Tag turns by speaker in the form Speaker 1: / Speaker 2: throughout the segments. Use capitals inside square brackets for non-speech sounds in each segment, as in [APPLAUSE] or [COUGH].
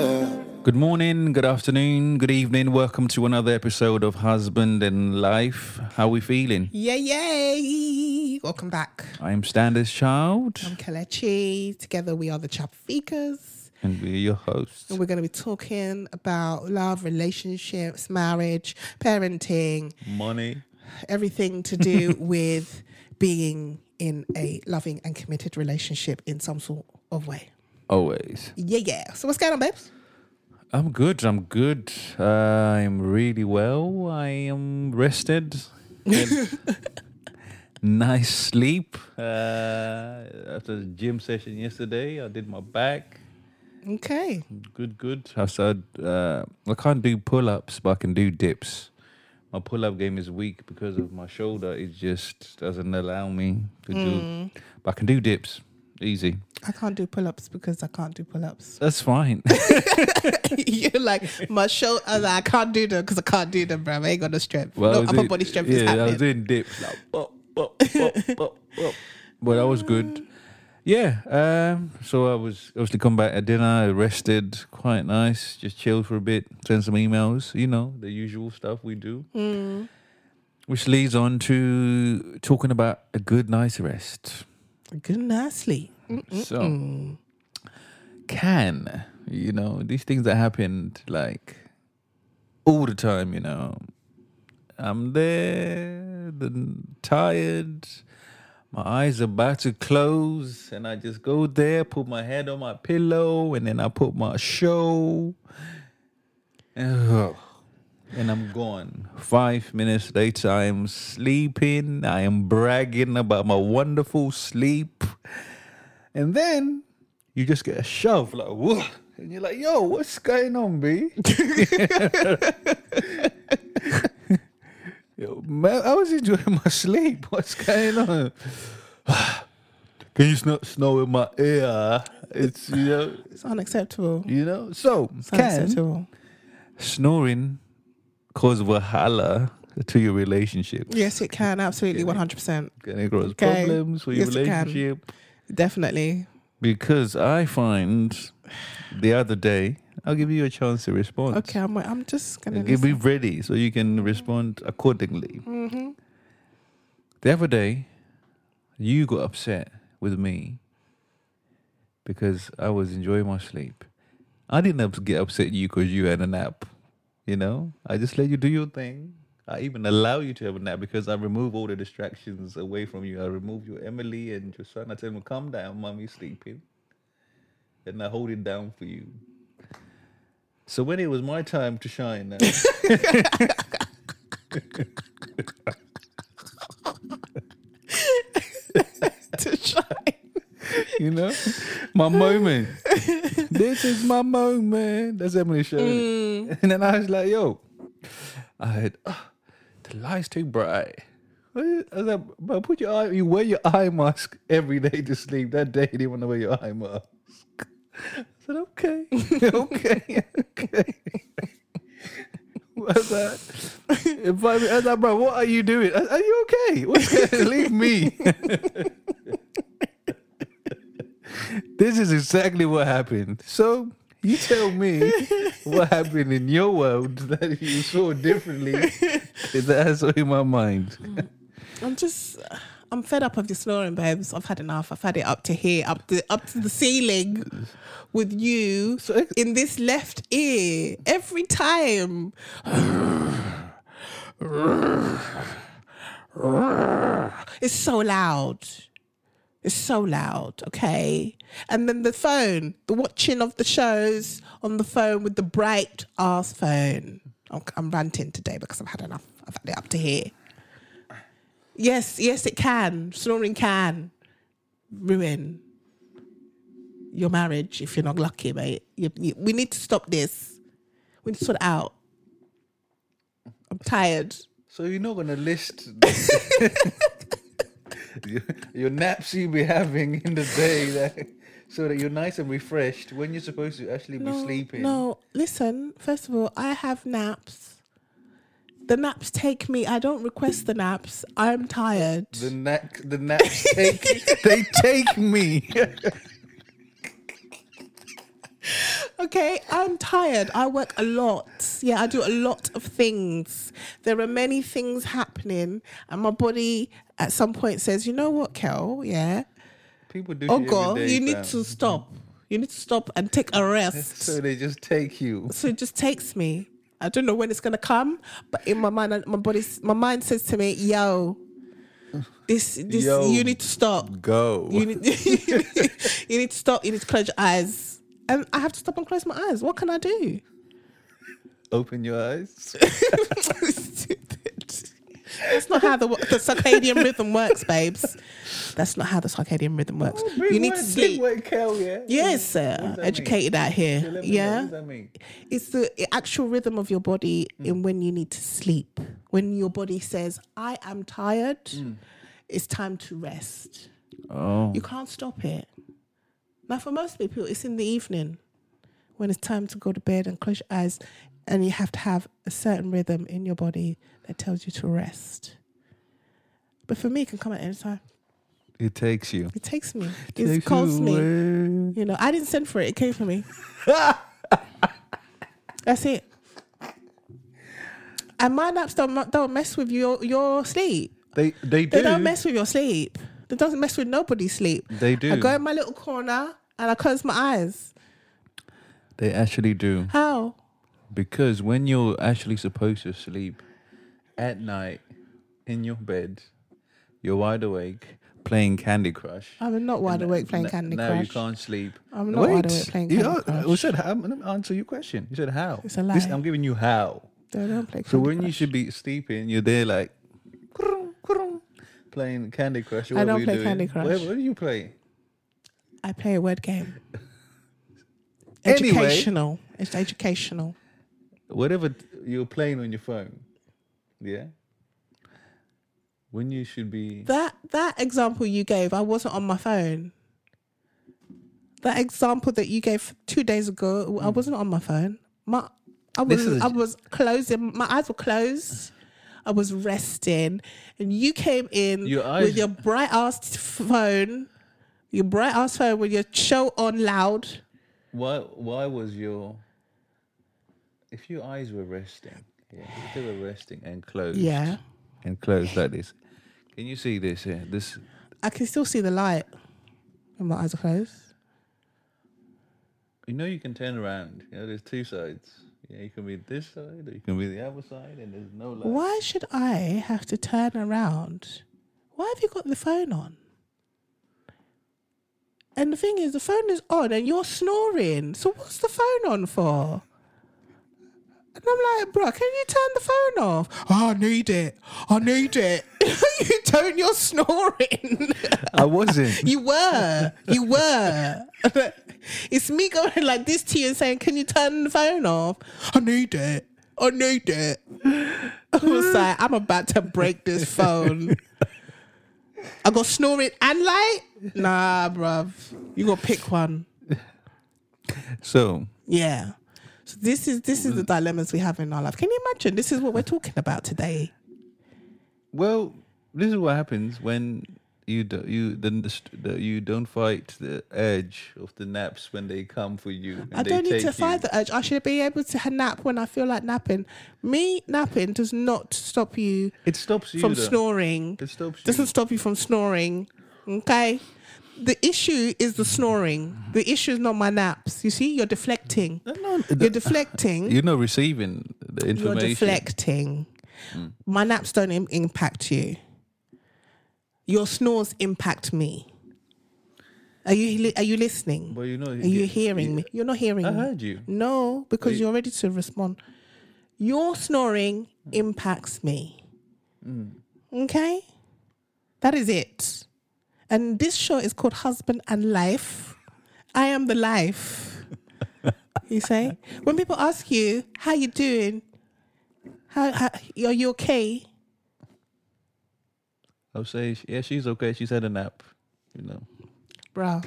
Speaker 1: Good morning, good afternoon, good evening. Welcome to another episode of Husband and Life. How we feeling?
Speaker 2: Yay, yay. Welcome back.
Speaker 1: I am Standish Child,
Speaker 2: I'm Kelechi. Together we are the Chapfikas.
Speaker 1: and we're your hosts.
Speaker 2: And we're going to be talking about love, relationships, marriage, parenting,
Speaker 1: Money.
Speaker 2: everything to [LAUGHS] do with being in a loving and committed relationship in some sort of way.
Speaker 1: Always.
Speaker 2: Yeah, yeah. So what's going on, babes?
Speaker 1: I'm good. I'm good. Uh, I'm really well. I am rested. Had [LAUGHS] nice sleep. Uh, after the gym session yesterday, I did my back.
Speaker 2: Okay.
Speaker 1: Good, good. I said uh, I can't do pull-ups, but I can do dips. My pull-up game is weak because of my shoulder. It just doesn't allow me to do. But I can do dips, easy.
Speaker 2: I can't do pull-ups because I can't do pull-ups.
Speaker 1: That's fine.
Speaker 2: [LAUGHS]
Speaker 1: [LAUGHS]
Speaker 2: You're like my show. I, was like, I can't do them because I can't do them, bro. I ain't got no strength.
Speaker 1: Well, I
Speaker 2: no
Speaker 1: was
Speaker 2: upper
Speaker 1: doing-
Speaker 2: body strength
Speaker 1: yeah,
Speaker 2: is
Speaker 1: I was
Speaker 2: happening.
Speaker 1: doing dips. Like, bop, bop, bop, bop, [LAUGHS] bop. But that was good. Yeah. Um, so I was obviously come back at dinner, rested, quite nice, just chilled for a bit, sent some emails, you know, the usual stuff we do. Hmm. Which leads on to talking about a good night's rest.
Speaker 2: Good night sleep. Hmm.
Speaker 1: So, can you know these things that happened like all the time? You know, I'm there, then tired. My eyes about to close, and I just go there, put my head on my pillow, and then I put my show, Ugh. and I'm gone. Five minutes later, I am sleeping. I am bragging about my wonderful sleep. And then you just get a shove, like, whoa. And you're like, yo, what's going on, B? [LAUGHS] yo, man, I was enjoying my sleep. [LAUGHS] What's going on? [SIGHS] Can you smell snow in my ear? It's, you know,
Speaker 2: It's unacceptable.
Speaker 1: you know. So,
Speaker 2: It's
Speaker 1: can
Speaker 2: unacceptable.
Speaker 1: snoring cause Valhalla to your relationship?
Speaker 2: Yes, it can. Absolutely. 100%.
Speaker 1: Can it cause
Speaker 2: Okay.
Speaker 1: problems for your
Speaker 2: Yes, it can.
Speaker 1: relationship?
Speaker 2: Definitely.
Speaker 1: Because I find the other day, I'll give you a chance to respond.
Speaker 2: Okay, I'm, I'm just going
Speaker 1: Give
Speaker 2: to.
Speaker 1: me ready so you can respond accordingly. The other day, you got upset with me because I was enjoying my sleep. I didn't ups- get upset at you because you had a nap. You know, I just let you do your thing. I even allow you to have a nap because I remove all the distractions away from you. I remove your Emily and your son. I tell them, "Calm down, mommy's sleeping," and I hold it down for you. So when it was my time to shine, now,
Speaker 2: To try.
Speaker 1: [LAUGHS] you know, my moment. this is my moment. That's Emily showed it. And then I was like, yo, I had "Ah, the light's too bright. I was like, but put your eye, you wear your eye mask every day to sleep. That day, you didn't want to wear your eye mask. I said, okay, [LAUGHS] okay, okay. [LAUGHS] What's that? If I, I was like, bro, what are you doing? Are are you okay? [LAUGHS] What's going Leave me. This is exactly what happened. So you tell [LAUGHS] me what happened in your world that you saw [LAUGHS] differently that I saw in my mind.
Speaker 2: I'm just. I'm fed up of your snoring, babes. I've had enough. I've had it up to here, up to up to the ceiling, with you
Speaker 1: So ex-
Speaker 2: in this left ear every time. It's so loud. It's so loud, okay? And then the phone, the watching of the shows on the phone with the bright ass phone. I'm, I'm ranting today because I've had enough. I've had it up to here. Yes, yes, it can. Snoring can ruin your marriage if you're not lucky, mate. You, you- we need to stop this. We need to sort it out. I'm tired.
Speaker 1: So you're not gonna list [LAUGHS] your, your naps you be having in the day that, so that you're nice and refreshed when you're supposed to actually be sleeping.
Speaker 2: No, listen. First of all, I have naps. The naps take me. I don't request the naps. I'm tired.
Speaker 1: The nap, the naps take [LAUGHS] they take me.
Speaker 2: Okay, I'm tired. I work a lot. Yeah, I do a lot of things. There are many things happening, and my body at some point says, "You know what, Kel? Yeah,
Speaker 1: People do.
Speaker 2: oh
Speaker 1: shit every
Speaker 2: God,
Speaker 1: day,
Speaker 2: you need
Speaker 1: fam.
Speaker 2: to stop. You need to stop and take a
Speaker 1: So [LAUGHS]
Speaker 2: rest."
Speaker 1: they just take you.
Speaker 2: So it just takes me. I don't know when it's gonna come, but in my mind, my body, my mind says to me, "Yo, this, this,
Speaker 1: Yo.
Speaker 2: you need to stop.
Speaker 1: Go.
Speaker 2: You need, [LAUGHS] you need, you need to stop. You need to close your eyes." And I have to stop and close my eyes. What can I do?
Speaker 1: Open your eyes.
Speaker 2: Stupid. That's not how the, the circadian rhythm works, babes. That's not how the circadian rhythm works.
Speaker 1: Oh,
Speaker 2: you need to sleep. Yes,
Speaker 1: does
Speaker 2: sir.
Speaker 1: that mean?
Speaker 2: Educated out here.
Speaker 1: Yeah.
Speaker 2: Yeah. It's the actual rhythm of your body
Speaker 1: Mm.
Speaker 2: in when you need to sleep. When your body says, I am tired,
Speaker 1: Mm.
Speaker 2: it's time to rest.
Speaker 1: Oh.
Speaker 2: You can't stop it. Now, for most people, it's in the evening when it's time to go to bed and close your eyes, and you have to have a certain rhythm in your body that tells you to rest. But for me, it can come at any time.
Speaker 1: It takes you.
Speaker 2: It takes me.
Speaker 1: Takes you
Speaker 2: It calls me.
Speaker 1: away.
Speaker 2: You know, I didn't send for it. It came
Speaker 1: [LAUGHS]
Speaker 2: for me. That's it. And my naps don't don't mess with your your sleep.
Speaker 1: They they do.
Speaker 2: They don't mess with your sleep. They doesn't mess with nobody's sleep.
Speaker 1: They do.
Speaker 2: I go in my little corner and I close my eyes.
Speaker 1: They actually do
Speaker 2: How?
Speaker 1: because when you're actually supposed to sleep at night in your bed, you're wide awake playing Candy Crush.
Speaker 2: I'm not wide awake playing
Speaker 1: N-
Speaker 2: Candy
Speaker 1: no,
Speaker 2: Crush.
Speaker 1: you can't sleep.
Speaker 2: I'm not wide awake playing
Speaker 1: you
Speaker 2: Candy
Speaker 1: are- I said, how, let me answer your question. You said how.
Speaker 2: It's a
Speaker 1: This,
Speaker 2: lie.
Speaker 1: I'm giving you how.
Speaker 2: They don't play Candy
Speaker 1: So when
Speaker 2: Crush.
Speaker 1: you should be sleeping, you're there like "Kurung, kurung," playing Candy Crush. Or
Speaker 2: I
Speaker 1: whatever
Speaker 2: don't
Speaker 1: you're
Speaker 2: play
Speaker 1: doing.
Speaker 2: Candy Crush.
Speaker 1: Whatever- What, do you play?
Speaker 2: I play a word game.
Speaker 1: Anyway.
Speaker 2: Educational. It's educational.
Speaker 1: Whatever t- you're playing on your phone. Yeah. When you should be
Speaker 2: That that example you gave, I wasn't on my phone. That example that you gave two days ago, I wasn't on my phone. My I
Speaker 1: Hmm. This
Speaker 2: was
Speaker 1: is a-
Speaker 2: I was closing my eyes were closed. I was resting. And you came in
Speaker 1: Your eyes-
Speaker 2: with your bright ass phone. Your bright ass phone with your show on loud.
Speaker 1: why why was your if your eyes were resting, yeah, if they were resting and closed.
Speaker 2: Yeah.
Speaker 1: And closed like this. Can you see this here? This
Speaker 2: I can still see the light. And my eyes are closed.
Speaker 1: you know you can turn around. You know, there's two sides. Yeah, you can be this side or you can be the other side and there's no light.
Speaker 2: Why should I have to turn around? Why have you got the phone on? And the thing is, the phone is on and you're snoring. So what's the phone on for? And I'm like, bro, can you turn the phone off? Oh, I need it. I need it. [LAUGHS] you don't, you're snoring. [LAUGHS]
Speaker 1: I [LAUGHS] wasn't.
Speaker 2: you were. You were. it's me going like this to you and saying, can you turn the phone off? I need it. I need it. I was like, I'm about to break this phone. I got snoring and light? Nah, bruv. You gotta pick one.
Speaker 1: So
Speaker 2: Yeah. So this is this is the dilemmas we have in our life. Can you imagine? This is what we're talking about today.
Speaker 1: Well, this is what happens when you do, you then the, st- the, you don't fight the urge of the naps when they come for you. And
Speaker 2: I
Speaker 1: they
Speaker 2: don't need
Speaker 1: take
Speaker 2: to
Speaker 1: you.
Speaker 2: fight the urge. I should be able to ha- nap when I feel like napping. Me napping does not stop you
Speaker 1: It stops you
Speaker 2: from
Speaker 1: though.
Speaker 2: snoring.
Speaker 1: It stops you.
Speaker 2: Doesn't stop you from snoring. Okay. The issue is the snoring. The issue is not my naps. You see, you're deflecting.
Speaker 1: No, no,
Speaker 2: You're
Speaker 1: the- [LAUGHS]
Speaker 2: deflecting.
Speaker 1: You're not receiving the
Speaker 2: You're
Speaker 1: information. Mm.
Speaker 2: deflecting. My naps don't Im- impact you. Your snores impact me. Are you li- are you listening?
Speaker 1: But you Uh-huh. know,
Speaker 2: are you hearing me? You're not hearing
Speaker 1: I
Speaker 2: me.
Speaker 1: heard you.
Speaker 2: No, because you're ready to respond. Your snoring impacts me. Okay? That is it. And this show is called Husband and Life. I am the life. you say? When people ask you, how you doing? How, how are you okay?
Speaker 1: I'll say, sh- yeah, she's okay. She's had a nap. You know.
Speaker 2: Bruh.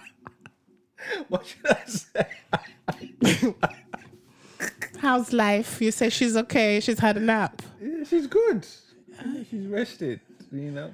Speaker 1: [LAUGHS] What should I say?
Speaker 2: How's life? You say she's okay, she's had a nap.
Speaker 1: Yeah, she's good. Yeah, She's rested. You know.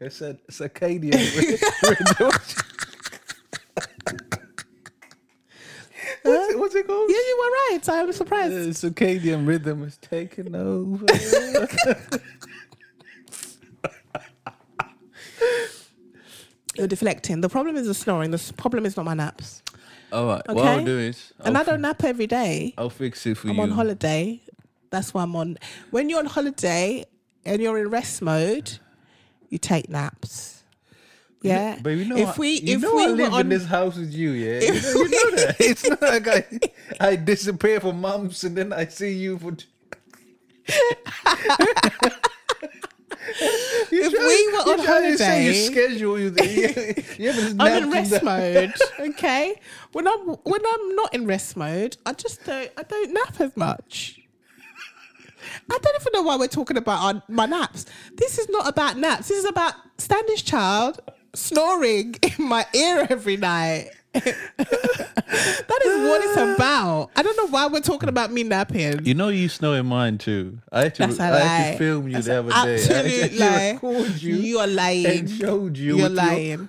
Speaker 1: It's a
Speaker 2: [LAUGHS]
Speaker 1: [LAUGHS] circadian. rhythm. What's it, what's it called?
Speaker 2: Yeah, you were right. I am surprised.
Speaker 1: The circadian rhythm is taking over.
Speaker 2: You're deflecting. The problem is the snoring. The s- problem is not my naps.
Speaker 1: [LAUGHS] All right. What I'll
Speaker 2: Okay.
Speaker 1: do is I'll,
Speaker 2: And I
Speaker 1: fi-
Speaker 2: don't nap every day.
Speaker 1: I'll fix it for
Speaker 2: I'm
Speaker 1: you.
Speaker 2: on holiday. That's why I'm on. When you're on holiday and you're in rest mode, you take naps. Yeah.
Speaker 1: But you know,
Speaker 2: if
Speaker 1: I-
Speaker 2: we
Speaker 1: you
Speaker 2: if
Speaker 1: know
Speaker 2: we
Speaker 1: I
Speaker 2: were
Speaker 1: live in
Speaker 2: on
Speaker 1: this house with you,
Speaker 2: [LAUGHS]
Speaker 1: yeah. You know, you know that. It's not like I, I disappear for months and then I see you for. T- [LAUGHS] You
Speaker 2: If
Speaker 1: try-
Speaker 2: we were
Speaker 1: you
Speaker 2: on
Speaker 1: try to say your
Speaker 2: holiday-
Speaker 1: schedule, you,
Speaker 2: [LAUGHS]
Speaker 1: you, you haven't
Speaker 2: I'm in
Speaker 1: napped
Speaker 2: rest
Speaker 1: that-
Speaker 2: mode. Okay. When I'm when I'm not in rest mode, I just don't I don't nap as much. I don't even know why we're talking about our, my naps. This is not about naps. This is about Standish child snoring [LAUGHS] in my ear every night. [LAUGHS] that is what it's about. I don't know why we're talking about me
Speaker 1: [LAUGHS]
Speaker 2: napping.
Speaker 1: You know you snore in mine too. I had to,
Speaker 2: That's a
Speaker 1: I had
Speaker 2: lie.
Speaker 1: to film you
Speaker 2: That's
Speaker 1: the
Speaker 2: an
Speaker 1: other day. [LAUGHS] I
Speaker 2: absolute
Speaker 1: actually
Speaker 2: lie.
Speaker 1: recorded you,
Speaker 2: You are
Speaker 1: and
Speaker 2: lying.
Speaker 1: showed you.
Speaker 2: You're
Speaker 1: with your- [LAUGHS]
Speaker 2: lying.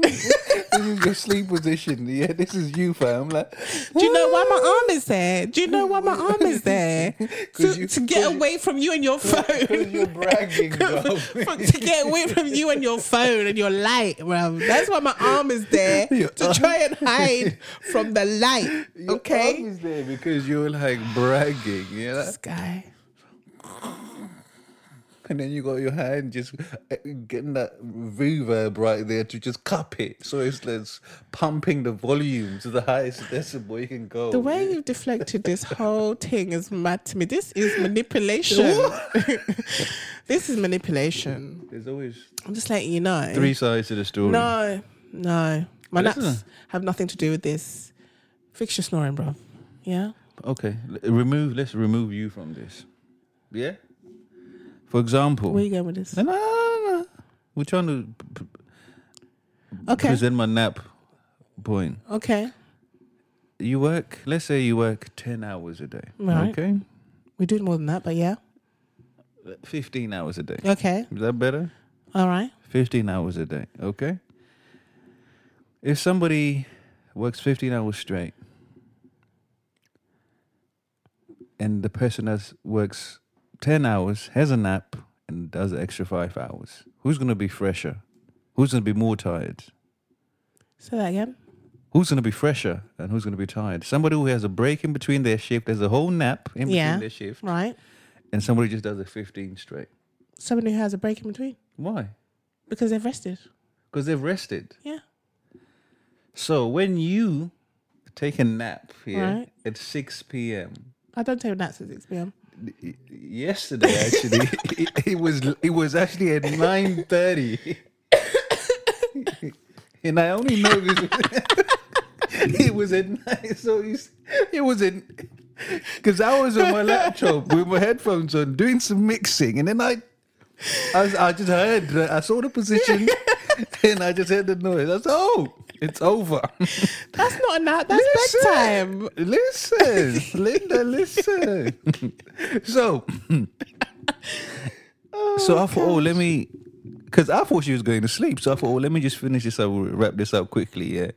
Speaker 1: this is your sleep position. Yeah, this is you, fam. Like,
Speaker 2: Do you know why my arm is there? Do you know why my arm is there?
Speaker 1: [LAUGHS] 'Cause
Speaker 2: To,
Speaker 1: you- [LAUGHS]
Speaker 2: to
Speaker 1: 'cause
Speaker 2: get
Speaker 1: you-
Speaker 2: away from you and
Speaker 1: [LAUGHS]
Speaker 2: your phone.
Speaker 1: you're bragging, bro.
Speaker 2: [LAUGHS] From- to get away from you and your phone and your light, bro. That's why my arm is there
Speaker 1: [LAUGHS] Your
Speaker 2: to try and hide from the light.
Speaker 1: [LAUGHS] Your arm
Speaker 2: Okay,
Speaker 1: is there because you're like bragging, yeah.
Speaker 2: this guy.
Speaker 1: and then you got your hand just uh, getting that reverb right there to just cup it, so it's like it's pumping the volume to the highest decibel you can go.
Speaker 2: The way you've deflected this whole thing is mad to me.
Speaker 1: [LAUGHS]
Speaker 2: This is manipulation. [LAUGHS] this is manipulation.
Speaker 1: There's always
Speaker 2: I'm just letting you know.
Speaker 1: three sides to the story.
Speaker 2: No, no. My
Speaker 1: Listen.
Speaker 2: naps have nothing to do with this. Fix your snoring, bro. Yeah.
Speaker 1: Okay, l- remove. Let's remove you from this. Yeah. For example,
Speaker 2: Where you going with this?
Speaker 1: no, no, no, no. we're trying to p- p-
Speaker 2: Okay.
Speaker 1: present my nap point.
Speaker 2: Okay.
Speaker 1: You work. Let's say you work ten hours a day.
Speaker 2: Right.
Speaker 1: Okay.
Speaker 2: We do more than that, but yeah.
Speaker 1: Fifteen hours a day.
Speaker 2: Okay.
Speaker 1: Is that better?
Speaker 2: All right.
Speaker 1: 15 hours a day, okay? If somebody works 15 hours straight and the person that works 10 hours has a nap and does an extra five hours, who's going to be fresher? Who's going to be more tired?
Speaker 2: Say that again.
Speaker 1: Who's going to be fresher and who's going to be tired? Somebody who has a break in between their shift, there's a whole nap in between
Speaker 2: Yeah.
Speaker 1: their shift,
Speaker 2: Right.
Speaker 1: and somebody just does a 15 straight.
Speaker 2: Someone who has a break in between
Speaker 1: Why?
Speaker 2: because they've rested.
Speaker 1: Because they've rested.
Speaker 2: Yeah.
Speaker 1: So when you take a nap here
Speaker 2: Right.
Speaker 1: at 6 p.m.
Speaker 2: I don't take naps at 6 p.m.
Speaker 1: y- Yesterday, actually, it, it was it was actually at nine thirty, and I only know this. [LAUGHS] it was at nine, so you s- it was at because I was on my laptop with my headphones on doing some mixing, and then I, I, was- I just heard, the- I saw the position, and I just heard the noise. I said, "Oh, it's over."
Speaker 2: That's not a nap. That's bedtime. [LAUGHS]
Speaker 1: Listen, Linda, listen. so, so I thought, oh, let me, because I thought she was going to sleep. So I thought, oh, let me just finish this up, wrap this up quickly. Yeah.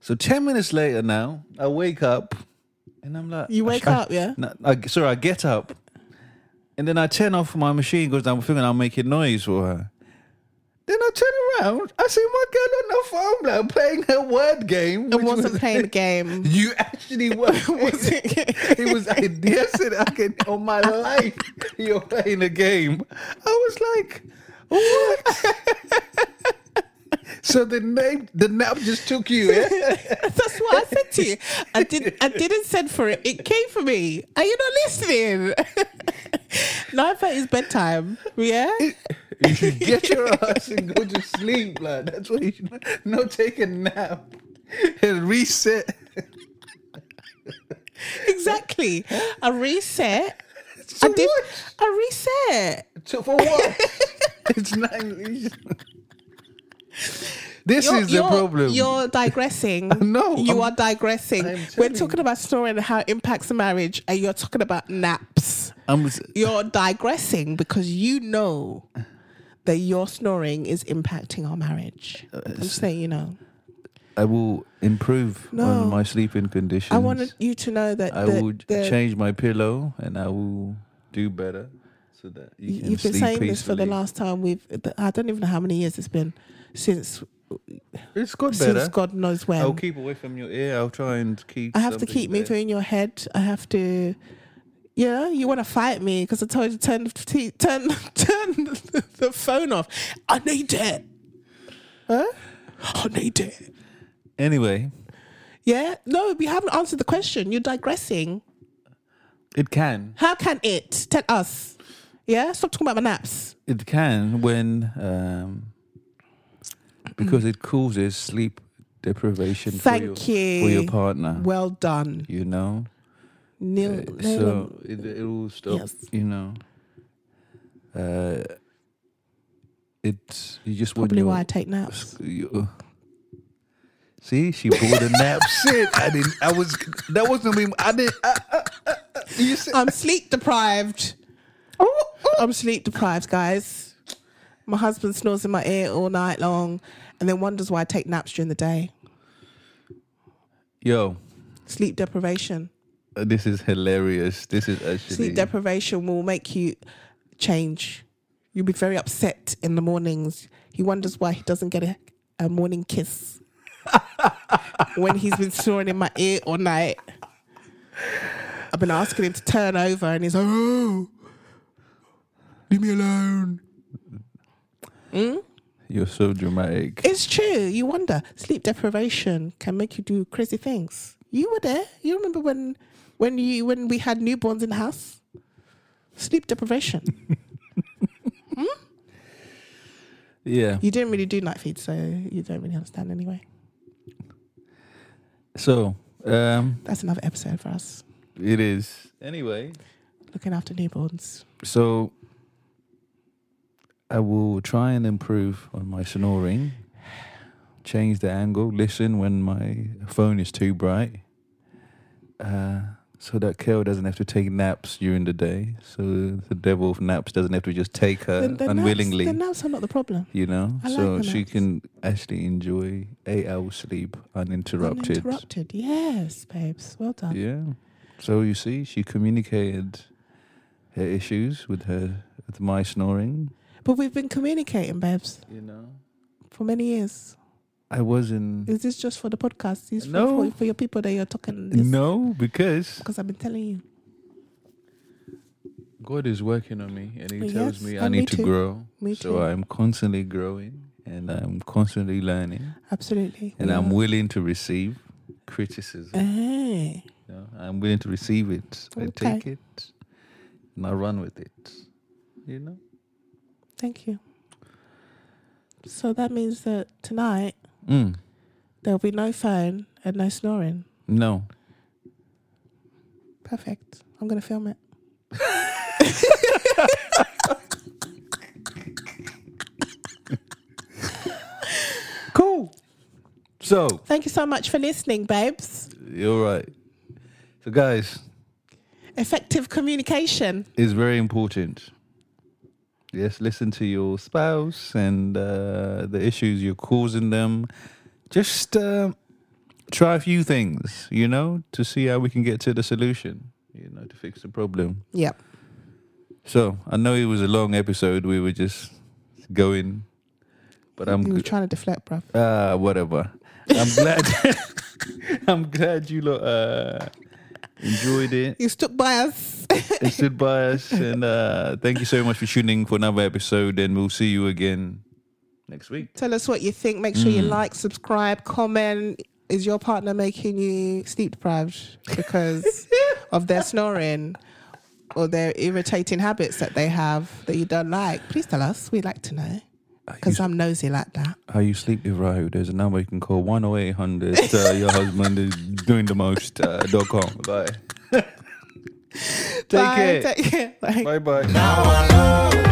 Speaker 1: So ten minutes later, now I wake up, and I'm like,
Speaker 2: You
Speaker 1: I-
Speaker 2: wake
Speaker 1: I-
Speaker 2: up, yeah?
Speaker 1: No, I, sorry, I get up, and then I turn off my machine because I'm thinking I'm making noise for her. Then I turn around, I see my girl on the phone, like playing her word game.
Speaker 2: And
Speaker 1: which [LAUGHS]
Speaker 2: wasn't
Speaker 1: was-
Speaker 2: playing the game.
Speaker 1: you [LAUGHS] actually
Speaker 2: [LAUGHS]
Speaker 1: were. it was I said I can on my life. [LAUGHS] You're playing a game. I was like, what? [LAUGHS] so the name, the nap just took you.
Speaker 2: [LAUGHS]
Speaker 1: Eh?
Speaker 2: That's what I said to you. I didn't. I didn't send for it. It came for me. Are you not listening? [LAUGHS] Nine thirty is bedtime. Yeah.
Speaker 1: You should get your ass and go to sleep, lad. That's what you should. No, take a nap and reset.
Speaker 2: Exactly. I reset. I
Speaker 1: So
Speaker 2: did.
Speaker 1: what?
Speaker 2: I reset.
Speaker 1: So for what? it's [LAUGHS] nine. This
Speaker 2: You're-
Speaker 1: is the
Speaker 2: you're-
Speaker 1: problem.
Speaker 2: You're digressing.
Speaker 1: [LAUGHS] No,
Speaker 2: you
Speaker 1: I'm-
Speaker 2: are digressing.
Speaker 1: I'm
Speaker 2: We're
Speaker 1: telling
Speaker 2: talking about snoring and how it impacts the marriage, and you're talking about naps.
Speaker 1: I'm,
Speaker 2: You're digressing because you know
Speaker 1: Uh,
Speaker 2: that your snoring is impacting our marriage. I'm just saying, you know.
Speaker 1: I will improve
Speaker 2: No.
Speaker 1: on my sleeping conditions.
Speaker 2: I wanted you to know that
Speaker 1: I
Speaker 2: the-
Speaker 1: will
Speaker 2: the-
Speaker 1: change my pillow and I will do better so that you
Speaker 2: you-
Speaker 1: can
Speaker 2: You've been
Speaker 1: sleep
Speaker 2: saying
Speaker 1: peacefully.
Speaker 2: this for the last time. We've I don't even know how many years it's been since
Speaker 1: It's got
Speaker 2: since
Speaker 1: better.
Speaker 2: God knows when.
Speaker 1: I'll keep away from your ear. I'll try and keep.
Speaker 2: I have to
Speaker 1: something
Speaker 2: keep
Speaker 1: there.
Speaker 2: moving your head. I have to. Yeah, you want to fight me because I told you turn the t- turn [LAUGHS] turn the phone off. I need it. Huh? I need it.
Speaker 1: Anyway,
Speaker 2: Yeah. No, we haven't answered the question. You're digressing.
Speaker 1: it can.
Speaker 2: How can it? Tell us. Yeah. Stop talking about my naps.
Speaker 1: It can when um, because it causes sleep deprivation
Speaker 2: Thank
Speaker 1: for your, for
Speaker 2: you.
Speaker 1: your partner.
Speaker 2: Well done,
Speaker 1: you know,
Speaker 2: Neil. Neil-
Speaker 1: so it, it will stop.
Speaker 2: Yes.
Speaker 1: You know, uh, it's you just want
Speaker 2: probably
Speaker 1: your,
Speaker 2: why I take naps.
Speaker 1: your- See, she pulled a nap. [LAUGHS] Shit, I didn't. I was. That wasn't me. I didn't. uh, I, I, I, you said,
Speaker 2: I'm sleep deprived. I'm sleep deprived, guys. My husband snores in my ear all night long and then wonders why I take naps during the day.
Speaker 1: yo,
Speaker 2: Sleep deprivation.
Speaker 1: Uh, This is hilarious. This is actually
Speaker 2: Sleep deprivation will make you change. You'll be very upset in the mornings. He wonders why he doesn't get a, a morning kiss when he's been snoring in my ear all night. I've been asking him to turn over and he's like, oh, leave me alone. Hmm?
Speaker 1: you're so dramatic.
Speaker 2: It's true. You wonder. Sleep deprivation can make you do crazy things. You were there. You remember when when you when we had newborns in the house? Sleep deprivation.
Speaker 1: [LAUGHS] yeah.
Speaker 2: you didn't really do night feeds, so you don't really understand anyway.
Speaker 1: So um,
Speaker 2: That's another episode for us.
Speaker 1: it is. Anyway,
Speaker 2: Looking after newborns.
Speaker 1: so I will try and improve on my snoring. Change the angle. Listen when my phone is too bright, uh, so that Kel doesn't have to take naps during the day. So the devil of naps doesn't have to just take her
Speaker 2: The- the naps-
Speaker 1: Uh, unwillingly.
Speaker 2: the naps are not the problem.
Speaker 1: you know,
Speaker 2: I like
Speaker 1: so
Speaker 2: the
Speaker 1: she
Speaker 2: naps.
Speaker 1: can actually enjoy eight hours sleep uninterrupted.
Speaker 2: Interrupted. Yes, babes. Well done.
Speaker 1: Yeah. So you see, she communicated her issues with her with my snoring.
Speaker 2: But we've been communicating, babes,
Speaker 1: You know,
Speaker 2: for many years.
Speaker 1: I wasn't.
Speaker 2: Is this just for the podcast? Is this
Speaker 1: No.
Speaker 2: for, for your people that you're talking this?
Speaker 1: No, because
Speaker 2: Because I've been telling you.
Speaker 1: God is working on me, and He
Speaker 2: Yes,
Speaker 1: tells me I
Speaker 2: and
Speaker 1: need
Speaker 2: me
Speaker 1: to
Speaker 2: too.
Speaker 1: grow.
Speaker 2: Me
Speaker 1: so
Speaker 2: too.
Speaker 1: I'm constantly growing, and I'm constantly learning,
Speaker 2: Absolutely.
Speaker 1: and
Speaker 2: We
Speaker 1: I'm
Speaker 2: are.
Speaker 1: willing to receive criticism.
Speaker 2: Hey.
Speaker 1: you know? I'm willing to receive it. I
Speaker 2: Eh. Okay.
Speaker 1: take it, and I run with it. You know.
Speaker 2: Thank you. So that means that tonight
Speaker 1: Mm.
Speaker 2: there'll be no phone and no snoring.
Speaker 1: No.
Speaker 2: Perfect. I'm going to film it.
Speaker 1: Cool. So
Speaker 2: Thank you so much for listening, babes.
Speaker 1: you're right. So guys,
Speaker 2: Effective communication.
Speaker 1: it's very important. Yes, listen to your spouse and uh, the issues you're causing them. Just uh, try a few things, you know, to see how we can get to the solution, you know, to fix the problem.
Speaker 2: Yep.
Speaker 1: So I know it was a long episode. We were just going, but I'm
Speaker 2: we were
Speaker 1: good.
Speaker 2: trying to deflect, bruv.
Speaker 1: Ah, whatever. I'm glad. [LAUGHS] I'm glad you lot uh, enjoyed it
Speaker 2: You stood by us.
Speaker 1: and stood by us. And uh, thank you so much for tuning for another episode. And we'll see you again next week.
Speaker 2: Tell us what you think. Make sure you like, subscribe, comment. Is your partner making you sleep deprived because of their snoring or their irritating habits that they have that you don't like? Please tell us. We'd like to know because I'm nosy like that.
Speaker 1: How you sleep deprived? There's a number you can call one or eight hundred.
Speaker 2: [LAUGHS]
Speaker 1: Uh, your husband is doing the most. Uh, dot com. [LAUGHS] Bye. Take
Speaker 2: Bye.
Speaker 1: care.
Speaker 2: Take care. [LAUGHS] Bye.
Speaker 1: Bye bye.
Speaker 3: Now I know. Oh,